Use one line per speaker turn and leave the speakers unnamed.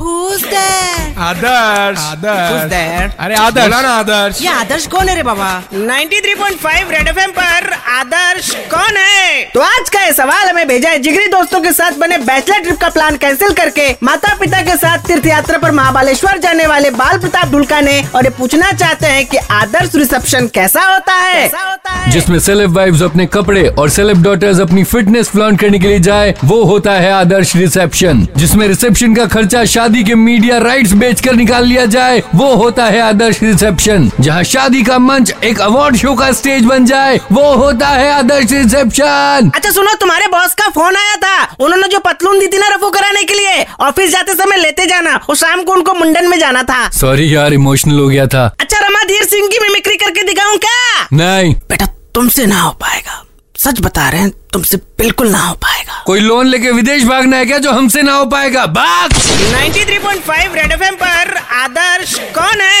who's there?
Adarsh
Who's
Adarsh
there?
अरे आदर्श बोला ना आदर्श
ये आदर्श कौन है रे बाबा
93.5 रेड एफएम पर आदर्श कौन है
तो आज का ये सवाल हमें भेजा है जिगरी दोस्तों के साथ बने बैचलर ट्रिप का प्लान कैंसिल करके माता पिता के साथ तीर्थ यात्रा पर महाबालेश्वर जाने वाले बाल प्रताप ढुलका ने और ये पूछना चाहते हैं कि आदर्श रिसेप्शन कैसा होता है
जिसमें सेलेब वाइब्स अपने कपड़े और सेलेब डॉटर्स अपनी फिटनेस फ्लॉन्ट करने के लिए जाए वो होता है आदर्श रिसेप्शन जिसमें रिसेप्शन का खर्चा शादी के मीडिया राइट्स बेचकर निकाल लिया जाए वो होता है आदर्श रिसेप्शन जहां शादी का मंच एक अवार्ड शो का स्टेज बन जाए वो होता है आदर्श रिसेप्शन
अच्छा सुनो तुम्हारे बॉस का फोन आया था उन्होंने जो पतलून दी थी ना रफू कराने के लिए ऑफिस जाते समय लेते जाना और शाम को उनको मुंडन में जाना था
सॉरी यार इमोशनल हो गया था
अच्छा रमा धीर सिंह की मिमिक्री करके दिखाऊं क्या
नहीं
बेटा तुमसे ना हो पाएगा सच बता रहे हैं तुमसे बिल्कुल ना हो पाएगा
कोई लोन लेके विदेश भागना है क्या जो हमसे ना हो पाएगा बात
93.5 रेड एफएम पर आदर्श कौन है